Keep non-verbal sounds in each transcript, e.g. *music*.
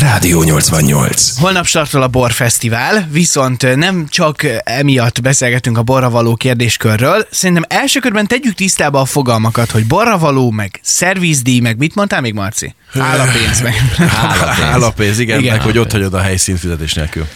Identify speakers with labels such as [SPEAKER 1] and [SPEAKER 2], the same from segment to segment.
[SPEAKER 1] Rádió 88.
[SPEAKER 2] Holnap startol a borfesztivál, viszont nem csak emiatt beszélgetünk a borra való kérdéskörről. Szerintem első körben tegyük tisztába a fogalmakat, hogy borra való, meg szervizdíj, meg mit mondtál még, Marci? Állapénz,
[SPEAKER 3] *laughs*
[SPEAKER 2] meg...
[SPEAKER 3] Állapénz.
[SPEAKER 4] Állapénz, igen,
[SPEAKER 2] Igen,
[SPEAKER 4] igen meg hogy ott
[SPEAKER 2] állapénz.
[SPEAKER 4] hagyod a helyszínt fizetés nélkül.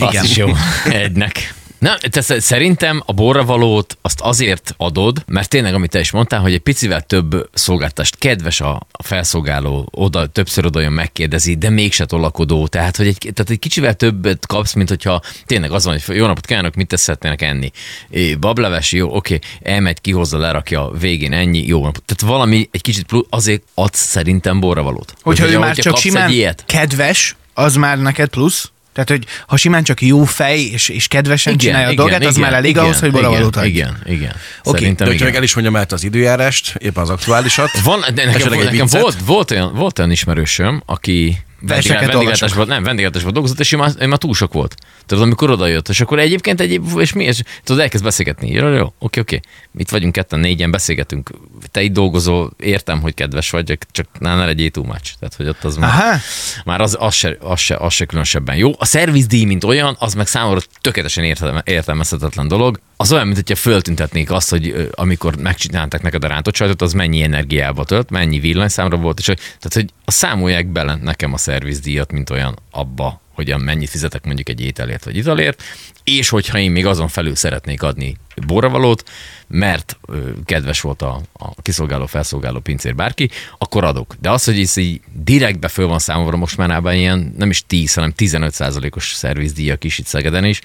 [SPEAKER 2] Igen.
[SPEAKER 3] Az is jó. Egynek. Nem, te sz- szerintem a borravalót azt azért adod, mert tényleg, amit te is mondtál, hogy egy picivel több szolgáltást kedves a a felszolgáló, oda, többször oda jön, megkérdezi, de mégse tolakodó. Tehát, hogy egy, tehát egy kicsivel többet kapsz, mint hogyha tényleg az van, hogy jó napot kívánok, mit teszhetnének enni? É, bableves, jó, oké, elmegy, kihozza, lerakja, végén ennyi, jó napot. Tehát valami egy kicsit plusz, azért adsz szerintem borravalót.
[SPEAKER 2] Hogyha ő
[SPEAKER 3] ugye,
[SPEAKER 2] már csak
[SPEAKER 3] kapsz
[SPEAKER 2] simán
[SPEAKER 3] Egy ilyet,
[SPEAKER 2] kedves, az már neked plusz. Tehát, hogy ha simán csak jó fej és, és kedvesen
[SPEAKER 3] igen,
[SPEAKER 2] csinálja
[SPEAKER 3] igen,
[SPEAKER 2] a dolgát, az
[SPEAKER 3] igen,
[SPEAKER 2] már elég
[SPEAKER 3] igen,
[SPEAKER 2] ahhoz, hogy boravalót
[SPEAKER 3] Igen,
[SPEAKER 2] adj.
[SPEAKER 3] igen, igen.
[SPEAKER 2] Oké,
[SPEAKER 3] Szerintem
[SPEAKER 4] De hogyha
[SPEAKER 3] igen.
[SPEAKER 4] meg elismerjem át az időjárást, éppen az aktuálisat.
[SPEAKER 3] Van, de nekem,
[SPEAKER 4] Esetleg egy
[SPEAKER 3] nekem
[SPEAKER 4] viccet?
[SPEAKER 3] volt, volt, olyan, volt olyan ismerősöm, aki
[SPEAKER 2] Verseket
[SPEAKER 3] vendéglát- vendéglátásban, nem, vendéglátásban dolgozott, és ő már, ő már túl sok volt. Tudod, amikor oda jött, és akkor egyébként egyéb, és mi, és tudod, elkezd beszélgetni. Jó, jó, oké, oké. Itt vagyunk ketten, négyen, beszélgetünk. Te itt dolgozol, értem, hogy kedves vagy, csak- csak ne, ne legyél túl much. Tehát, hogy ott az már,
[SPEAKER 2] Aha.
[SPEAKER 3] már az, az, se, az, se, az se különösebben jó. A szervizdíj, mint olyan, az meg számomra tökéletesen értelme, értelmezhetetlen dolog. Az olyan, mint hogyha föltüntetnék azt, hogy ö, amikor megcsinálták neked a rántott sajtot, az mennyi energiába tölt, mennyi villanyszámra volt, és hogy, tehát, hogy a számolják bele nekem a szervizdíjat, mint olyan abba, hogyan mennyit fizetek mondjuk egy ételért vagy italért, és hogyha én még azon felül szeretnék adni borravalót, mert ö, kedves volt a, a kiszolgáló, felszolgáló pincér bárki, akkor adok. De az, hogy ez így direktbe föl van számomra most már ában ilyen nem is 10, hanem 15%-os szervizdíjak is itt Szegeden is.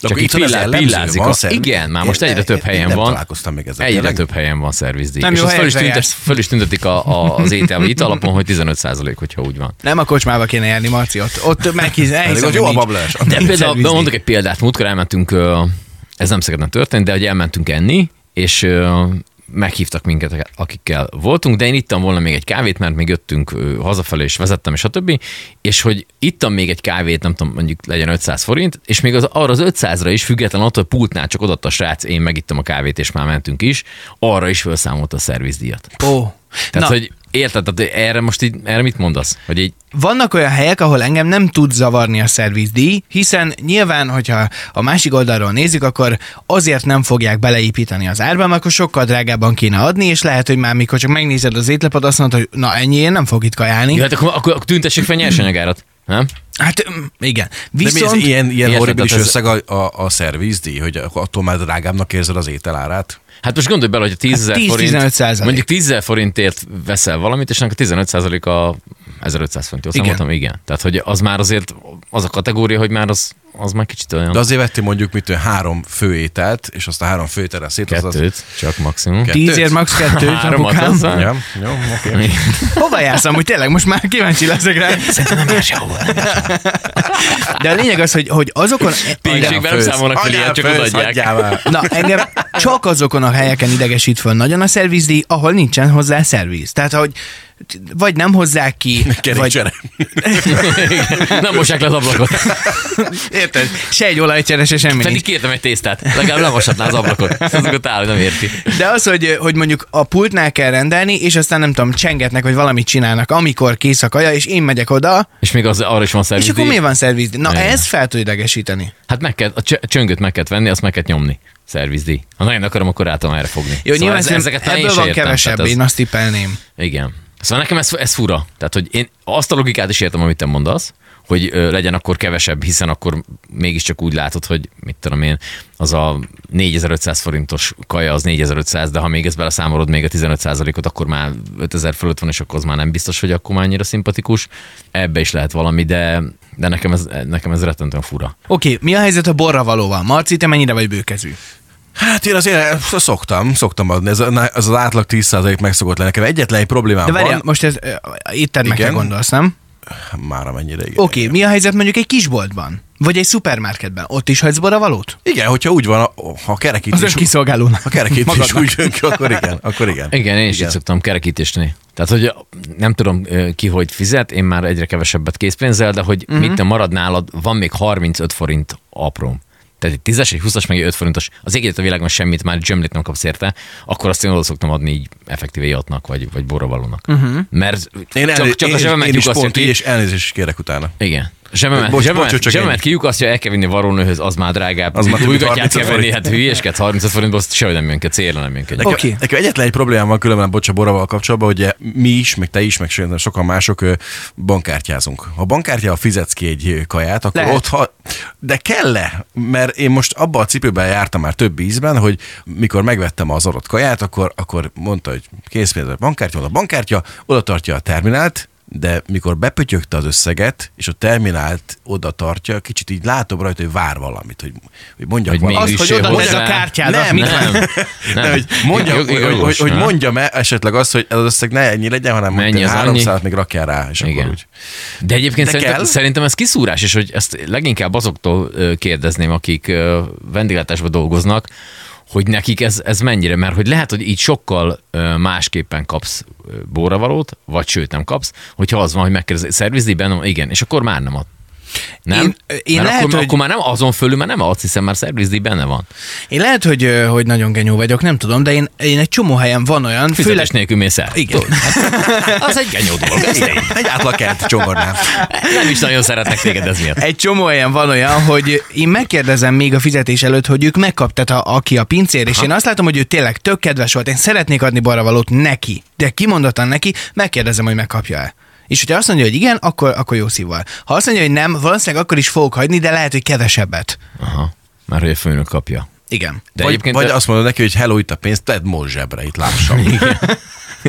[SPEAKER 3] Csak
[SPEAKER 4] akkor
[SPEAKER 3] így
[SPEAKER 4] itt van ez
[SPEAKER 3] pillá,
[SPEAKER 4] jellemző,
[SPEAKER 3] pillázik.
[SPEAKER 4] van
[SPEAKER 3] A...
[SPEAKER 4] szerviz-
[SPEAKER 3] Igen, már
[SPEAKER 4] Én-
[SPEAKER 3] most egyre
[SPEAKER 4] én-
[SPEAKER 3] több
[SPEAKER 4] én
[SPEAKER 3] helyen
[SPEAKER 4] nem
[SPEAKER 3] van.
[SPEAKER 4] találkoztam még ezzel,
[SPEAKER 3] Egyre
[SPEAKER 4] tényleg?
[SPEAKER 3] több helyen van szervizdíj.
[SPEAKER 2] Nem
[SPEAKER 3] és
[SPEAKER 2] jó
[SPEAKER 3] azt föl is,
[SPEAKER 2] helyekre
[SPEAKER 3] tüntet,
[SPEAKER 2] jársz.
[SPEAKER 3] föl is tüntetik a, a, az étel vagy italapon, hogy 15% hogyha úgy van.
[SPEAKER 2] Nem a kocsmába kéne járni, Marci, ott, ott meghisz,
[SPEAKER 4] Elég,
[SPEAKER 2] elhiszem,
[SPEAKER 4] hogy
[SPEAKER 2] hogy
[SPEAKER 4] jó a
[SPEAKER 2] nincs.
[SPEAKER 4] bablás.
[SPEAKER 3] De például,
[SPEAKER 2] szervizni.
[SPEAKER 3] de mondok egy példát, múltkor elmentünk, ö, ez nem Szegeden történt, de hogy elmentünk enni, és ö, meghívtak minket, akikkel voltunk, de én ittam volna még egy kávét, mert még jöttünk ö, hazafelé, és vezettem, és a többi, és hogy ittam még egy kávét, nem tudom, mondjuk legyen 500 forint, és még az, arra az 500-ra is, független attól, hogy pultnál csak odaadta a srác, én megittam a kávét, és már mentünk is, arra is felszámolta a szervizdíjat.
[SPEAKER 2] Ó.
[SPEAKER 3] Tehát,
[SPEAKER 2] Na,
[SPEAKER 3] hogy érted, tehát erre most így, erre mit mondasz? Hogy így
[SPEAKER 2] vannak olyan helyek, ahol engem nem tud zavarni a szervizdíj, hiszen nyilván, hogyha a másik oldalról nézzük, akkor azért nem fogják beleépíteni az árba, mert akkor sokkal drágábban kéne adni, és lehet, hogy már mikor csak megnézed az étlapot, azt mondod, hogy na ennyi, én nem fog itt kajálni.
[SPEAKER 3] jó, hát akkor, akkor, akkor tüntessék fel nyersanyagárat, nem?
[SPEAKER 2] Hát mm, igen.
[SPEAKER 4] De mi ez
[SPEAKER 2] Viszont
[SPEAKER 4] ilyen, ilyen
[SPEAKER 3] Érted,
[SPEAKER 4] horribilis
[SPEAKER 3] tehát ez-
[SPEAKER 4] összeg a, a, a szervizdíj, hogy akkor attól már drágábbnak érzed az ételárát?
[SPEAKER 3] Hát most gondolj bele, hogy a 10
[SPEAKER 2] Hát
[SPEAKER 3] hát
[SPEAKER 2] 10-15
[SPEAKER 3] forint,
[SPEAKER 2] százalék.
[SPEAKER 3] mondjuk 10 000 forintért veszel valamit, és annak a 15 százalék a 1500 forint, jól
[SPEAKER 2] Igen.
[SPEAKER 3] számoltam? Igen. Tehát, hogy az már azért, az a kategória, hogy már az, az már kicsit olyan
[SPEAKER 4] De azért vettél mondjuk mit tudom, három főételt, és azt a három főételre széthozod.
[SPEAKER 3] kettőt, csak maximum. *laughs*
[SPEAKER 4] Kettőt?
[SPEAKER 2] tízért max. kettőt,
[SPEAKER 3] Háromat
[SPEAKER 2] apukám.
[SPEAKER 3] hozzá.
[SPEAKER 4] Ja, jó, oké.
[SPEAKER 2] Hova jársz amúgy? Tényleg most már kíváncsi leszek rá. Szerintem nem jár sehova. De a lényeg az, hogy, hogy azokon...
[SPEAKER 3] Pénzségben nem
[SPEAKER 4] Fősz.
[SPEAKER 3] számolnak, hogy
[SPEAKER 4] Anyám,
[SPEAKER 3] ilyet csak
[SPEAKER 4] fősz,
[SPEAKER 3] odaadják.
[SPEAKER 4] hagyjál már.
[SPEAKER 2] Na, engem csak azokon a helyeken idegesít föl nagyon a szervizdíj, ahol nincsen hozzá szerviz. Tehát, hogy vagy nem hozzák ki, vagy
[SPEAKER 4] Kerékcsere.
[SPEAKER 3] Nem mossák le az
[SPEAKER 2] *laughs*
[SPEAKER 3] ablakot.
[SPEAKER 2] érted, se egy olajcsere, se semmi.
[SPEAKER 3] Pedig
[SPEAKER 2] nincs.
[SPEAKER 3] kértem egy tésztát. Legalább nem moshatná az ablakot. Azokat áll, hogy nem érti.
[SPEAKER 2] De az, hogy, hogy mondjuk a pultnál kell rendelni, és aztán nem tudom, csengetnek, vagy valamit csinálnak, amikor kész a kaja, és én megyek oda,
[SPEAKER 3] És még az, arra is van
[SPEAKER 2] és akkor
[SPEAKER 3] szervizdíj.
[SPEAKER 2] miért van szervizdíj? Na,
[SPEAKER 3] Igen.
[SPEAKER 2] ez fel tud idegesíteni.
[SPEAKER 3] Hát meg kell, a csö- csöngöt meg kell venni, azt meg kell nyomni. Szervizdíj. Ha nagyon akarom, akkor rá tudom erre fogni.
[SPEAKER 2] Jó, szóval nyilván
[SPEAKER 3] ez-
[SPEAKER 2] ezeket
[SPEAKER 3] már én
[SPEAKER 2] ebből
[SPEAKER 3] se
[SPEAKER 2] van
[SPEAKER 3] értem. Tehát
[SPEAKER 2] kevesebb,
[SPEAKER 3] ez-
[SPEAKER 2] én azt tippelném.
[SPEAKER 3] Igen. Szóval nekem ez, ez fura. Tehát, hogy én azt a logikát is értem, amit te mondasz, hogy ö, legyen akkor kevesebb, hiszen akkor mégiscsak úgy látod, hogy mit tudom én, az a 4500 forintos kaja az 4500, de ha még ezt beleszámolod még a 15%-ot, akkor már 5000 fölött van, és akkor az már nem biztos, hogy akkor már annyira szimpatikus. Ebbe is lehet valami, de, de nekem ez, nekem ez rettentően fura.
[SPEAKER 2] Oké, mi a helyzet a borravalóval? Marci, te mennyire vagy bőkezű?
[SPEAKER 4] Hát én azért szoktam, szoktam adni. Ez, a- ez az átlag 10% meg szokott lenni. Nekem egyetlen egy problémám
[SPEAKER 2] De várjál,
[SPEAKER 4] van.
[SPEAKER 2] most ez éttermekre
[SPEAKER 4] Igen.
[SPEAKER 2] gondolsz, nem?
[SPEAKER 4] Már amennyire, igen.
[SPEAKER 2] Oké, mi a helyzet mondjuk egy kisboltban? Vagy egy szupermarketben? Ott is hagysz borravalót?
[SPEAKER 4] Igen, hogyha úgy van, ha a kerekítés,
[SPEAKER 2] Az önkiszolgálónak.
[SPEAKER 4] ha a kerekítés
[SPEAKER 2] Magadnak.
[SPEAKER 4] úgy *laughs* jön ki, akkor igen. Akkor igen.
[SPEAKER 3] Igen, én is így szoktam kerekítésni. Tehát, hogy nem tudom ö, ki, hogy fizet, én
[SPEAKER 4] Mhm.
[SPEAKER 3] már egyre kevesebbet készpénzzel, de hogy uh-huh. mit nem marad nálad, van még 35 forint apróm. tehát egy 10-es, egy 20-as, meg egy 5 forintos, az égélet a világon semmit, már zsömlét nem kapsz érte, akkor azt én oda szoktam adni így effektíve jatnak, vagy, vagy borravalónak. Uh-huh. Mert
[SPEAKER 4] Mhm. Én,
[SPEAKER 3] csak, csak a
[SPEAKER 4] én,
[SPEAKER 3] zsebemet
[SPEAKER 4] én is
[SPEAKER 3] lyukasztja
[SPEAKER 4] pont így,
[SPEAKER 3] ki.
[SPEAKER 4] és elnézést is kérek utána.
[SPEAKER 3] Igen. Zsebemet,
[SPEAKER 4] Bocs,
[SPEAKER 3] bocs, zsebemet,
[SPEAKER 4] bocs,
[SPEAKER 3] bocs,
[SPEAKER 4] csak
[SPEAKER 3] zsebemet
[SPEAKER 4] ennyi.
[SPEAKER 3] kiukasztja, el kell vinni varónőhöz, az már drágább.
[SPEAKER 4] Az
[SPEAKER 3] Az
[SPEAKER 4] már
[SPEAKER 3] már
[SPEAKER 4] több mint 35
[SPEAKER 3] újgatját kell venni,
[SPEAKER 4] forint.
[SPEAKER 3] hát hülyeskedsz, 35 forintból azt sehogy nem jön ki, célra nem jön ki.
[SPEAKER 4] Nekem,
[SPEAKER 2] Oké.
[SPEAKER 4] okay. nekem egyetlen egy problémám van különben a Bocsa Borával kapcsolatban, hogy eh, mi is, meg te is, meg szerintem sokan mások ö, bankkártyázunk. Ha bankkártyával fizetsz ki egy ö, kaját, akkor
[SPEAKER 2] Lehet.
[SPEAKER 4] Lehet. ott ha... De kell -e? Mert én most abban a cipőben jártam már több ízben, hogy mikor megvettem az adott kaját, akkor, akkor mondta, hogy készpénz a bankkártya, hol a bankkártya, oda tartja a terminált, de mikor bepötyögte az összeget, és a terminált oda tartja, kicsit így látom rajta, hogy vár valamit, hogy, hogy mondjak
[SPEAKER 3] Hogy
[SPEAKER 4] valamit.
[SPEAKER 2] Az,
[SPEAKER 3] Mégis
[SPEAKER 2] hogy
[SPEAKER 3] se
[SPEAKER 2] oda tedd
[SPEAKER 3] hozzá.
[SPEAKER 2] a kártyádat,
[SPEAKER 4] Nem,
[SPEAKER 2] mit
[SPEAKER 4] nem.
[SPEAKER 2] vár?
[SPEAKER 4] Nem, hogy mondjam,
[SPEAKER 3] Jog-
[SPEAKER 4] hogy, hogy,
[SPEAKER 3] jogos,
[SPEAKER 4] hogy
[SPEAKER 3] nem?
[SPEAKER 4] mondjam-e esetleg azt, hogy ez az összeg ne ennyi legyen, hanem
[SPEAKER 3] Mennyi
[SPEAKER 4] mondjuk
[SPEAKER 3] az
[SPEAKER 4] 300 még rakjál rá, és
[SPEAKER 3] Igen.
[SPEAKER 4] akkor úgy.
[SPEAKER 3] De egyébként
[SPEAKER 4] De
[SPEAKER 3] de szerintem,
[SPEAKER 4] kell?
[SPEAKER 3] szerintem ez kiszúrás, és hogy ezt leginkább azoktól ö, kérdezném, akik ö, vendéglátásban dolgoznak, hogy nekik ez, ez mennyire, mert hogy lehet, hogy így sokkal ö, másképpen kapsz ö, bóravalót, vagy sőt nem kapsz, hogyha az van, hogy megkérdezi, szervizdi bennem, igen, és akkor már nem ad. Nem?
[SPEAKER 2] Én- én
[SPEAKER 3] mert
[SPEAKER 2] lehet,
[SPEAKER 3] akkor,
[SPEAKER 2] hogy-
[SPEAKER 3] akkor, már nem azon fölül, már nem adsz, hiszen már szervizdi benne van.
[SPEAKER 2] Én lehet, hogy, ö, hogy nagyon genyó vagyok, nem tudom, de én, én egy csomó helyen van olyan, főleg...
[SPEAKER 3] Fizetés nélkül mész el.
[SPEAKER 2] Igen.
[SPEAKER 3] Tudod, hát Az egy genyó dolog. ez tény.
[SPEAKER 4] Egy átlakert csomornám.
[SPEAKER 3] Nem is nagyon szeretnek téged ez miatt.
[SPEAKER 2] Egy csomó olyan van olyan, hogy én megkérdezem még a fizetés előtt, hogy ők megkaptat a, aki a pincér, és én azt látom, hogy ő tényleg tök kedves volt, én szeretnék adni balravalót neki, de kimondottan neki, megkérdezem, hogy megkapja-e. És hogyha azt mondja, hogy igen, akkor, akkor jó szívvel. Ha azt mondja, hogy nem, valószínűleg akkor is fogok hagyni, de lehet, hogy kevesebbet.
[SPEAKER 3] Aha. Már hogy a főnök kapja.
[SPEAKER 2] Igen.
[SPEAKER 3] De
[SPEAKER 4] vagy,
[SPEAKER 3] egyébként
[SPEAKER 4] vagy azt mondod neki, hogy hello, itt a pénz, tedd most zsebre, itt lássam.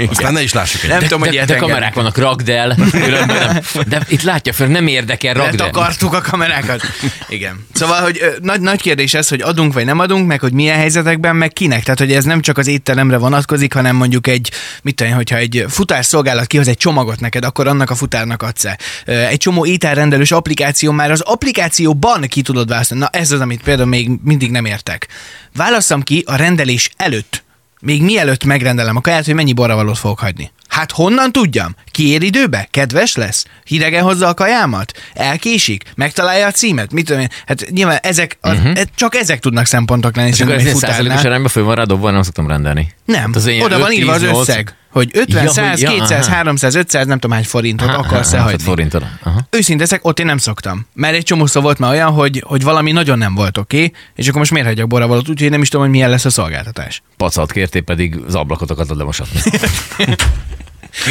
[SPEAKER 4] Aztán ne is lássuk egy. Nem tudom, hogy
[SPEAKER 3] de,
[SPEAKER 4] ilyet
[SPEAKER 3] de
[SPEAKER 4] engednek.
[SPEAKER 3] kamerák vannak, ragd el. különben nem. De itt látja föl, nem érdekel, ragd el.
[SPEAKER 2] Letakartuk a kamerákat. Igen. Szóval, hogy ö, nagy, nagy kérdés ez, hogy adunk vagy nem adunk, meg hogy milyen helyzetekben, meg kinek. Tehát, hogy ez nem csak az étteremre vonatkozik, hanem mondjuk egy, mit tudom, én, hogyha egy futárszolgálat kihoz egy csomagot neked, akkor annak a futárnak adsz -e. Egy csomó ételrendelős applikáció már az applikációban ki tudod választani. Na ez az, amit például még mindig nem értek. Válasszam ki a rendelés előtt. Még mielőtt megrendelem a kaját, hogy mennyi borravalót fogok hagyni. Hát honnan tudjam? Kiér időbe? Kedves lesz? Hidegen hozza a kajámat? Elkésik? Megtalálja a címet? Mit tudom én? Hát nyilván ezek, az, uh-huh. csak ezek tudnak szempontok lenni,
[SPEAKER 3] És akkor
[SPEAKER 2] szerintem
[SPEAKER 3] ez
[SPEAKER 2] egy
[SPEAKER 3] Mhm. százalékos
[SPEAKER 2] futárnál.
[SPEAKER 3] arányban föl van rá dobva, nem szoktam rendelni.
[SPEAKER 2] Nem,
[SPEAKER 3] Hát az ilyen
[SPEAKER 2] oda van
[SPEAKER 3] 5,
[SPEAKER 2] írva az
[SPEAKER 3] 10, 8.
[SPEAKER 2] összeg, hogy 50,
[SPEAKER 3] Ja, hogy-
[SPEAKER 2] 100,
[SPEAKER 3] ja,
[SPEAKER 2] 200,
[SPEAKER 3] aha.
[SPEAKER 2] 300, 500, nem tudom hány forintot
[SPEAKER 3] Aha,
[SPEAKER 2] akarsz
[SPEAKER 3] aha,
[SPEAKER 2] elhagyni.
[SPEAKER 3] forint oda. Aha.
[SPEAKER 2] Őszinte ezek, ott én nem szoktam. Mert egy csomószor volt már olyan, hogy, hogy valami nagyon nem volt oké, okay, és akkor most miért hagyjak borravalót, úgyhogy én nem is tudom, hogy milyen lesz a szolgáltatás.
[SPEAKER 3] Pacat kértél, pedig az ablakot akartad lemosatni.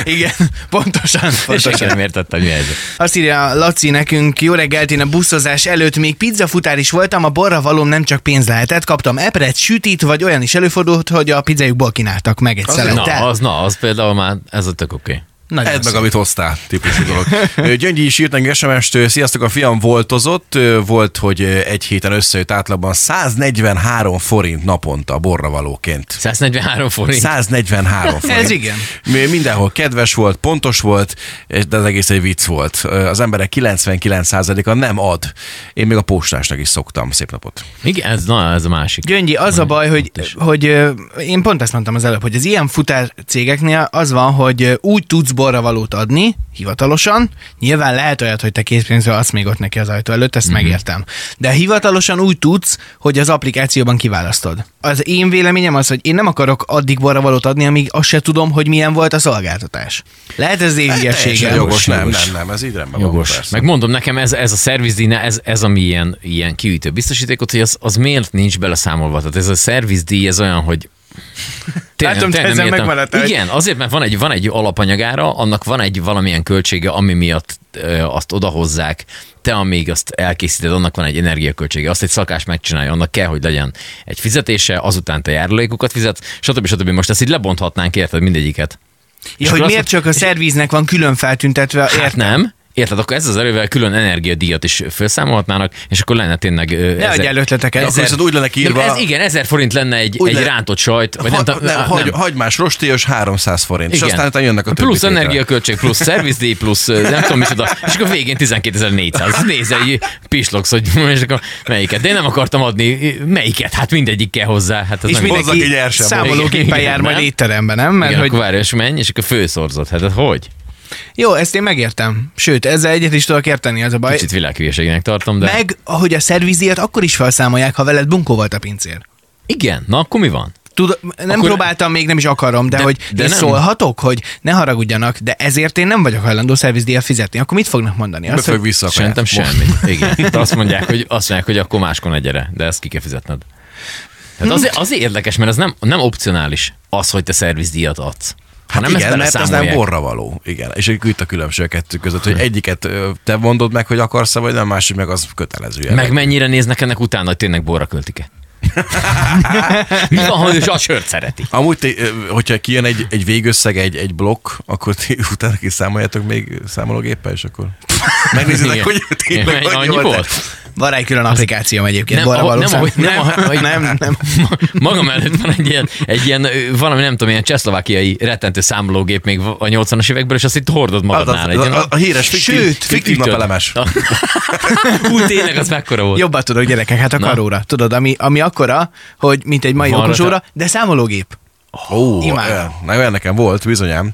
[SPEAKER 2] Igen, pontosan.
[SPEAKER 3] És
[SPEAKER 2] pontosan.
[SPEAKER 3] senki nem értettem, mi ez.
[SPEAKER 2] Azt írja Laci nekünk, jó reggelt, én a buszozás előtt még pizzafutár is voltam, a borra valóm nem csak pénz lehetett, kaptam epret, sütit, vagy olyan is előfordult, hogy a pizzájukból kínáltak meg egy
[SPEAKER 3] Na,
[SPEAKER 2] szelettel.
[SPEAKER 3] az, na, az például már, ez a tök oké.
[SPEAKER 2] Nagyon
[SPEAKER 4] Edd meg,
[SPEAKER 2] szép.
[SPEAKER 4] amit hoztál, típusú dolog. Ö, Gyöngyi is írt nekünk SMS-t, ö, sziasztok, a fiam voltozott, ö, volt, hogy ö, egy héten összejött átlagban 143 forint naponta borravalóként.
[SPEAKER 3] 143 forint.
[SPEAKER 4] 143 forint.
[SPEAKER 2] Ez igen.
[SPEAKER 4] Mi- Mindenhol kedves volt, pontos volt, és- de az egész egy vicc volt. Ö, Az emberek 99%-a nem ad. Én még a postásnak is szoktam. Szép napot.
[SPEAKER 3] Igen, ez, na, ez a másik.
[SPEAKER 2] Gyöngyi, az a baj, hogy, hogy ö, én pont ezt mondtam az előbb, hogy az ilyen futár cégeknél az van, hogy ö, úgy tudsz borravalót adni, hivatalosan, nyilván lehet olyat, hogy te készpénzről azt még ott neki az ajtó előtt, ezt mm-hmm. megértem. De hivatalosan úgy tudsz, hogy az applikációban kiválasztod. Az én véleményem az, hogy én nem akarok addig borravalót adni, amíg azt se tudom, hogy milyen volt a szolgáltatás. Lehet ez én
[SPEAKER 4] Teljesen
[SPEAKER 2] hülyeségem.
[SPEAKER 4] jogos, nem,
[SPEAKER 3] jogos.
[SPEAKER 4] nem, nem, ez így rendben van,
[SPEAKER 3] Jogos.
[SPEAKER 4] persze.
[SPEAKER 3] Meg mondom, nekem ez, ez a szervizdíj, ne- ez, ez a mi ilyen, ilyen kiütő biztosítékot, hogy az, az miért nincs beleszámolva. Tehát ez a szervizdíj, ez olyan, hogy
[SPEAKER 2] *laughs*
[SPEAKER 3] Tényleg,
[SPEAKER 2] Látom,
[SPEAKER 3] tényleg
[SPEAKER 2] te ezen
[SPEAKER 3] nem értem.
[SPEAKER 2] megmaradtál, hogy-
[SPEAKER 3] Igen, azért, mert van egy, van egy alapanyagára, annak van egy valamilyen költsége, ami miatt ö, azt odahozzák, te amíg azt elkészíted, annak van egy energiaköltsége, azt egy szakás megcsinálja, annak kell, hogy legyen egy fizetése, azután te járulékokat fizetsz, stb. stb. Most ezt így lebonthatnánk, érted, mindegyiket. És
[SPEAKER 2] Ja, hogy
[SPEAKER 3] akkor azt
[SPEAKER 2] miért csak a szervíznek van külön feltüntetve,
[SPEAKER 3] Hát
[SPEAKER 2] értem.
[SPEAKER 3] nem. Érted, akkor ez az erővel külön energiadíjat is felszámolhatnának, és akkor lenne tényleg...
[SPEAKER 2] Ne adjál ötleteket.
[SPEAKER 4] Akkor viszont úgy lenne kiírva-
[SPEAKER 3] Ez, igen, ezer forint lenne egy,
[SPEAKER 4] Úgy
[SPEAKER 3] egy
[SPEAKER 4] lenne-
[SPEAKER 3] rántott sajt, vagy
[SPEAKER 4] Ha-
[SPEAKER 3] nem, tudom,
[SPEAKER 4] nem,
[SPEAKER 3] á,
[SPEAKER 4] hagy- hagymás rostélyos 300 forint, és
[SPEAKER 3] Igen.
[SPEAKER 4] aztán utána jönnek a többi
[SPEAKER 3] Plusz
[SPEAKER 4] tételek.
[SPEAKER 3] energiaköltség, plusz szervizdíj, plusz ö, nem tudom micsoda, és akkor végén 12.400. Nézel, így pislogsz, hogy *laughs* és akkor melyiket. De én nem akartam adni melyiket, hát mindegyik kell hozzá. Hát ez
[SPEAKER 2] És
[SPEAKER 3] nem
[SPEAKER 4] Hozzak egy
[SPEAKER 2] mindenki
[SPEAKER 4] nyersen,
[SPEAKER 2] számológépen
[SPEAKER 3] Igen,
[SPEAKER 2] jár majd
[SPEAKER 3] nem?
[SPEAKER 2] étteremben, nem? Mert
[SPEAKER 3] Igen,
[SPEAKER 2] hogy
[SPEAKER 3] akkor várj, és menj, és akkor főszorzod. Hát ez hogy?
[SPEAKER 2] Jó, ezt én megértem. Sőt, ezzel egyet is tudok érteni, az a baj.
[SPEAKER 3] Kicsit világhülyeségnek tartom, de...
[SPEAKER 2] Meg, ahogy a szervizért akkor is felszámolják, ha veled bunkó volt a pincér.
[SPEAKER 3] Igen, na akkor mi van?
[SPEAKER 2] Tud, nem
[SPEAKER 3] Akkor-
[SPEAKER 2] akkor... próbáltam, még nem is akarom, de,
[SPEAKER 3] De-
[SPEAKER 2] de hogy
[SPEAKER 3] de
[SPEAKER 2] de én nem.
[SPEAKER 3] nem.
[SPEAKER 2] szólhatok, hogy ne haragudjanak, de ezért én nem vagyok hajlandó szervizdíjat fizetni. Akkor mit fognak mondani?
[SPEAKER 4] Be
[SPEAKER 2] Azt,
[SPEAKER 4] fog
[SPEAKER 2] hogy
[SPEAKER 4] vissza a kaját.
[SPEAKER 3] Szerintem semmit. Igen. Hát azt mondják, hogy, azt mondják, hogy akkor máskor ne gyere, de ezt ki kell fizetned. Tehát azért,
[SPEAKER 4] Hm.
[SPEAKER 3] azért érdekes, mert ez nem, nem opcionális az, hogy te szervizdíjat adsz.
[SPEAKER 4] Hát
[SPEAKER 3] Hanem
[SPEAKER 4] nem igen, mert az nem
[SPEAKER 3] beleszámolják.
[SPEAKER 4] borra való. Igen. És akkor itt a különbség a kettő között, hogy egyiket ö, te mondod meg, hogy akarsz vagy nem, másik meg az kötelező. jelleg.
[SPEAKER 3] Meg mennyire néznek ennek utána, hogy tényleg borra
[SPEAKER 4] *laughs*
[SPEAKER 3] költik-e? Mi van, hogy a sört szereti?
[SPEAKER 4] Amúgy, ti, ö, hogyha kijön egy, egy végösszeg, egy, egy blokk, akkor ti *laughs* utána kiszámoljátok még számológéppel, és akkor megnézitek,
[SPEAKER 3] *laughs* Igen.
[SPEAKER 4] hogy tényleg
[SPEAKER 3] Mennyi
[SPEAKER 4] annyi volt.
[SPEAKER 2] van rá egy külön applikációm egyébként.
[SPEAKER 3] Nem,
[SPEAKER 2] Nem,
[SPEAKER 3] ahogy- nem,
[SPEAKER 2] nem,
[SPEAKER 3] ahogy- nem, ahogy-
[SPEAKER 2] nem, nem, nem.
[SPEAKER 3] *laughs* Magam előtt van egy ilyen, egy ilyen ö, valami, nem tudom, ilyen csehszlovákiai rettentő számológép még a 80-as évekből, és azt itt hordod
[SPEAKER 4] Az, az,
[SPEAKER 3] magadnál. Egy
[SPEAKER 4] az,
[SPEAKER 3] ilyen-
[SPEAKER 4] a, a híres fiktív,
[SPEAKER 2] Sőt,
[SPEAKER 4] fiktív
[SPEAKER 3] ütöd.
[SPEAKER 4] napelemes.
[SPEAKER 3] *laughs* Hú, tényleg, az mekkora volt.
[SPEAKER 2] Jobban tudok gyerekek, hát a
[SPEAKER 3] Na.
[SPEAKER 2] karóra. Tudod, ami, ami akkora, hogy mint egy mai
[SPEAKER 3] Van
[SPEAKER 2] okosóra, de számológép.
[SPEAKER 4] Ó,
[SPEAKER 2] Imádom.
[SPEAKER 4] olyan. na olyan nekem volt, bizonyám.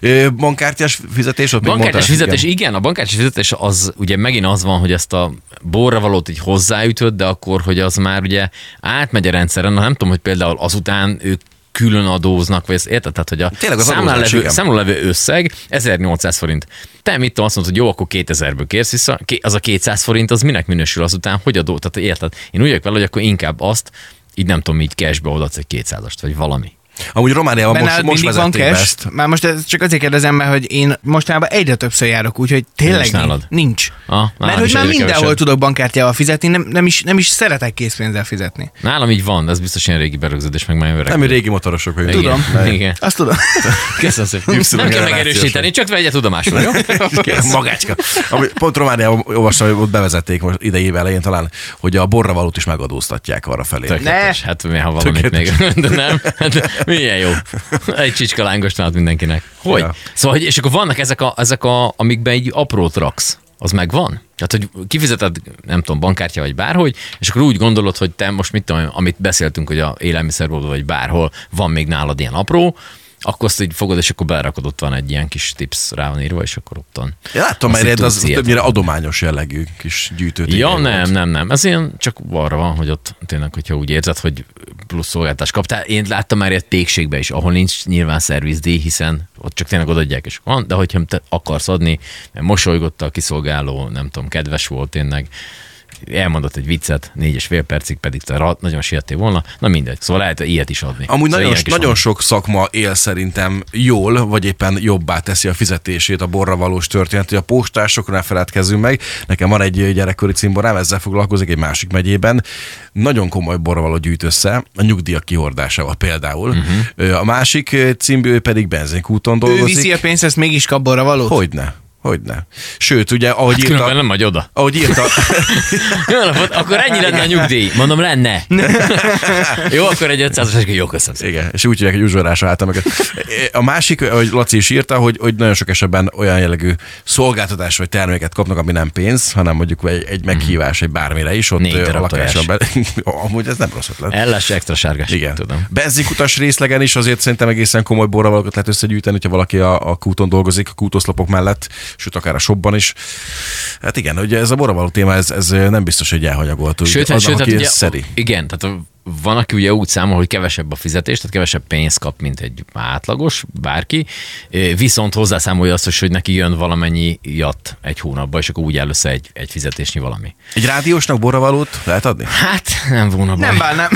[SPEAKER 4] Ö, Bankkártyás fizetés, ott még
[SPEAKER 3] Bankkártyás
[SPEAKER 4] mondtál,
[SPEAKER 3] fizetés,
[SPEAKER 4] igen.
[SPEAKER 3] igen. a bankkártyás fizetés az ugye megint az van, hogy ezt a borra valót így hozzáütöd, de akkor, hogy az már ugye átmegy a rendszeren, na nem tudom, hogy például azután ők külön adóznak, vagy ezt érted? Tehát, hogy a
[SPEAKER 4] Tényleg az
[SPEAKER 3] számlán
[SPEAKER 4] adózás,
[SPEAKER 3] levő,
[SPEAKER 4] igen.
[SPEAKER 3] számlán levő összeg 1800 forint. Te mit tudom, azt mondod, hogy jó, akkor 2000-ből kérsz vissza, Ké- az a 200 forint, az minek minősül azután, hogy adó? Tehát érted? Én úgy vagyok vele, hogy akkor inkább azt, így nem tudom, így cashbe odaadsz egy 200-ast, vagy valami.
[SPEAKER 4] Amúgy Romániában most,
[SPEAKER 2] Benne
[SPEAKER 4] most
[SPEAKER 2] mindig van
[SPEAKER 4] vezették be ezt.
[SPEAKER 2] cash. Már most ez csak azért kérdezem, mert hogy én mostanában egyre többször járok, úgyhogy
[SPEAKER 3] Nincs
[SPEAKER 2] tényleg nincs.
[SPEAKER 3] nálad?
[SPEAKER 2] nincs.
[SPEAKER 3] Ah, nálam
[SPEAKER 2] mert
[SPEAKER 3] is
[SPEAKER 2] hogy már
[SPEAKER 3] egyre
[SPEAKER 2] mindenhol
[SPEAKER 3] kevesebb.
[SPEAKER 2] tudok bankkártyával fizetni, nem, nem, is, nem is szeretek készpénzzel fizetni.
[SPEAKER 3] Nálam így van, de ez biztos ilyen régi berögződés, meg már öreg.
[SPEAKER 4] Nem, mi régi motorosok vagyunk.
[SPEAKER 3] Igen.
[SPEAKER 4] *laughs* Ne.
[SPEAKER 3] Igen.
[SPEAKER 2] Azt tudom.
[SPEAKER 3] *laughs* Köszönöm szépen.
[SPEAKER 4] Y
[SPEAKER 3] Nem kell
[SPEAKER 4] generációs
[SPEAKER 3] megerősíteni, csak vegye tudomásul, jó?
[SPEAKER 4] Igen, Magácska. Ami, pont Romániában olvastam, hogy ott bevezették most idei év elején talán, hogy a borravalót is megadóztatják arra felé.
[SPEAKER 3] Tökéletes. Hát mi, ha valamit még, de nem. Hát, milyen jó. Egy csicska lángost ad mindenkinek. Hogy?
[SPEAKER 4] Ja.
[SPEAKER 3] Szóval, hogy, és akkor vannak ezek, a, ezek a, amikben egy aprót raksz. Az megvan? Tehát, hogy kifizeted, nem tudom, bankkártya vagy bárhogy, és akkor úgy gondolod, hogy te most mit tudom, én, amit beszéltünk, hogy a élelmiszerboltban vagy bárhol van még nálad ilyen apró, akkor azt így fogod, és akkor belerakod, ott van egy ilyen kis tips rá van írva, és akkor ott van.
[SPEAKER 4] Én láttam,
[SPEAKER 3] Azt
[SPEAKER 4] mert
[SPEAKER 3] így
[SPEAKER 4] az, az
[SPEAKER 3] tudsz ilyet.
[SPEAKER 4] többnyire adományos jellegű kis gyűjtőt.
[SPEAKER 3] Ja, nem, nem, nem. Ez ilyen csak arra van, hogy ott tényleg, hogyha úgy érzed, hogy plusz szolgáltást kaptál. Én láttam már ilyet pékségbe is, ahol nincs nyilván szervizdíj, hiszen ott csak tényleg odaadják, és van, de hogyha te akarsz adni, mert mosolygott a kiszolgáló, nem tudom, kedves volt tényleg, elmondott egy viccet, négy és fél percig pedig te ra- nagyon siettél volna, na mindegy, szóval lehet ilyet is adni.
[SPEAKER 4] Amúgy
[SPEAKER 3] szóval
[SPEAKER 4] nagyon,
[SPEAKER 3] ilyenek is
[SPEAKER 4] nagyon
[SPEAKER 3] vannak.
[SPEAKER 4] sok szakma él szerintem jól, vagy éppen jobbá teszi a fizetését a borra valós történet, hogy a postásokra ne feledkezzünk meg. Nekem van egy gyerekkori cimborám, ezzel foglalkozik egy másik megyében. Nagyon komoly borravaló gyűjt össze, a nyugdíjak kihordásával például.
[SPEAKER 3] Mhm.
[SPEAKER 4] Uh-huh. A másik cimbő pedig benzinkúton
[SPEAKER 2] Ő
[SPEAKER 4] dolgozik.
[SPEAKER 2] viszi a pénzt, ezt mégis kap borra valót?
[SPEAKER 4] Hogyne, hogyne. Sőt, ugye, ahogy hát
[SPEAKER 3] Különben
[SPEAKER 4] írta,
[SPEAKER 3] nem vagy oda.
[SPEAKER 4] ahogy írta,
[SPEAKER 3] Jó napot, akkor ennyi lenne a nyugdíj. Mondom, lenne. jó, akkor egy 500-as, jó, köszönöm szépen.
[SPEAKER 4] igen, és úgy hívják, hogy uzsorásra álltam meg. A másik, ahogy Laci is írta, hogy, hogy nagyon sok esetben olyan jellegű szolgáltatás vagy terméket kapnak, ami nem pénz, hanem mondjuk egy, egy meghívás, egy bármire is, ott
[SPEAKER 3] Négy
[SPEAKER 4] ö, a
[SPEAKER 3] darab
[SPEAKER 4] lakáson belül. *laughs* Amúgy ez nem rossz ötlet.
[SPEAKER 3] Elles extra sárgás.
[SPEAKER 4] Igen.
[SPEAKER 3] Tudom.
[SPEAKER 4] Benzinkutas részlegen is azért szerintem egészen komoly borravalókat lehet összegyűjteni, hogyha valaki a, a kúton dolgozik, a kútoszlopok mellett, sőt akár a shopban is. Hát igen, ugye ez a borravaló téma, ez, ez nem biztos, hogy elhanyagolható.
[SPEAKER 3] Sőt,
[SPEAKER 4] az,
[SPEAKER 3] hát, sőt, hát
[SPEAKER 4] aki
[SPEAKER 3] ugye,
[SPEAKER 4] szeri.
[SPEAKER 3] igen, tehát van, aki ugye úgy számol, hogy kevesebb a fizetés, tehát kevesebb pénzt kap, mint egy átlagos, bárki, Ö, viszont hozzászámolja azt is, hogy neki jön valamennyi jat egy hónapba, és akkor úgy áll össze egy, egy fizetésnyi valami.
[SPEAKER 4] Egy rádiósnak borravalót lehet adni?
[SPEAKER 3] Hát nem volna baj.
[SPEAKER 2] Nem
[SPEAKER 3] *laughs*
[SPEAKER 2] bánnám.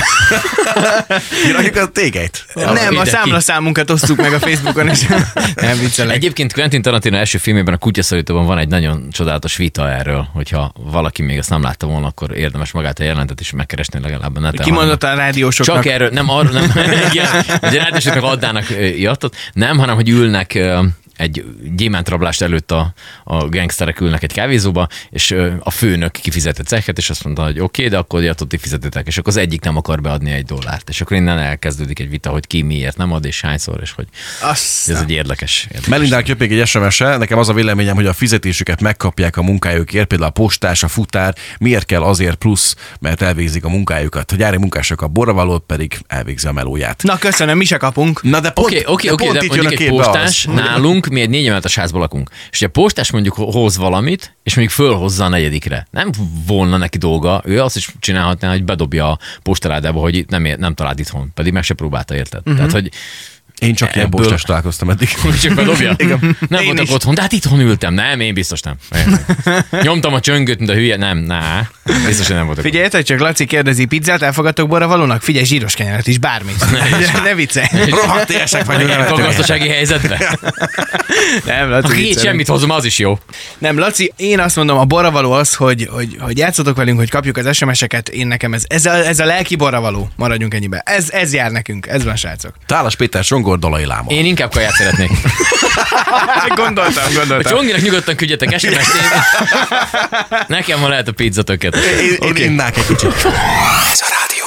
[SPEAKER 4] Kirakjuk a tégeit.
[SPEAKER 2] nem,
[SPEAKER 3] ide
[SPEAKER 2] a
[SPEAKER 3] ki.
[SPEAKER 2] számlaszámunkat osztuk meg a Facebookon,
[SPEAKER 3] *laughs*
[SPEAKER 2] és nem viccelek.
[SPEAKER 3] Egyébként Quentin Tarantino első filmében, a Kutyaszorítóban van egy nagyon csodálatos vita erről, hogyha valaki még ezt nem látta volna, akkor érdemes magát a jelentet is megkeresni legalább a neten. hanem-
[SPEAKER 2] Kimondottan a rádiósoknak.
[SPEAKER 3] Csak erről, nem arról, nem, *laughs* igen, ugye ráadásul adnának ö, jattot, nem, hanem hogy ülnek ö, egy gyémántrablást előtt a, a gangsterek ülnek egy kávézóba, és ö, a főnök kifizette cechet, és azt mondta, hogy oké, okay, de akkor jattot ti fizetitek, és akkor az egyik nem akar beadni egy dollárt, és akkor innen elkezdődik egy vita, hogy ki miért nem ad, és hányszor, és hogy
[SPEAKER 2] Azt
[SPEAKER 3] ez egy érdekes. érdekes.
[SPEAKER 4] Melindának jött még egy sms -e. nekem az a véleményem, hogy a fizetésüket megkapják a munkájukért, például a postás, a futár, miért kell azért plusz, mert elvégzik a munkájukat. A gyári munkások a borravalót pedig elvégzi a melóját.
[SPEAKER 2] Na köszönöm, mi se kapunk.
[SPEAKER 4] Na de pont,
[SPEAKER 3] Oké, oké,
[SPEAKER 4] de
[SPEAKER 3] oké,
[SPEAKER 4] pont
[SPEAKER 3] de
[SPEAKER 4] itt jön a
[SPEAKER 3] mondjuk egy
[SPEAKER 4] képbe
[SPEAKER 3] postás
[SPEAKER 4] az.
[SPEAKER 3] nálunk lakunk, mi egy négy emeletes házban lakunk. És ugye a postás mondjuk hoz valamit, és mondjuk fölhozza a negyedikre. Nem volna neki dolga, ő azt is csinálhatná, hogy bedobja a postaládába, hogy itt nem, ér, nem talált itthon, pedig meg se próbálta, érted?
[SPEAKER 4] Mhm.
[SPEAKER 3] Uh-huh. Tehát, hogy *laughs*
[SPEAKER 4] Én csak ilyen
[SPEAKER 3] Ebből-
[SPEAKER 4] postás találkoztam eddig.
[SPEAKER 3] *laughs* csak bedobja?
[SPEAKER 4] *laughs* Igen.
[SPEAKER 3] Nem
[SPEAKER 4] Én
[SPEAKER 3] voltak
[SPEAKER 4] is.
[SPEAKER 3] otthon, de hát itthon ültem. Nem, én biztos nem. Nyomtam a csöngöt, mint a hülye. Nem, ná. Biztos, hogy nem voltak
[SPEAKER 2] Figyeljetek csak, Laci kérdezi, pizzát elfogadtok borra valónak? Figyelj, zsíros kenyeret is,
[SPEAKER 3] *laughs*
[SPEAKER 2] bármit. ne viccelj.
[SPEAKER 4] Rohadt éhesek vagyunk. nem Hát,
[SPEAKER 3] Ilyenkor a
[SPEAKER 4] lehetünk.
[SPEAKER 3] gazdasági
[SPEAKER 4] *laughs*
[SPEAKER 3] helyzetben.
[SPEAKER 2] Nem,
[SPEAKER 3] Ha
[SPEAKER 2] Laci,
[SPEAKER 3] két
[SPEAKER 2] viccelünk.
[SPEAKER 3] semmit hozom, az is jó.
[SPEAKER 2] Nem, Laci, én azt mondom, a borra való az, hogy, hogy, hogy játszotok velünk, hogy kapjuk az SMS-eket, én nekem ez, ez a, ez a lelki borra való, maradjunk ennyibe. Ez, ez jár nekünk, ez van srácok.
[SPEAKER 4] Tálas Péter Songor Dalai Láma.
[SPEAKER 3] Én inkább kaját szeretnék.
[SPEAKER 2] Gondoltam,
[SPEAKER 3] A
[SPEAKER 2] gondoltam.
[SPEAKER 3] csonginak nyugodtan küldjetek sms Nekem ma lehet a pizza töket.
[SPEAKER 4] Én, én innák egy kicsit.
[SPEAKER 1] Ez a Rádió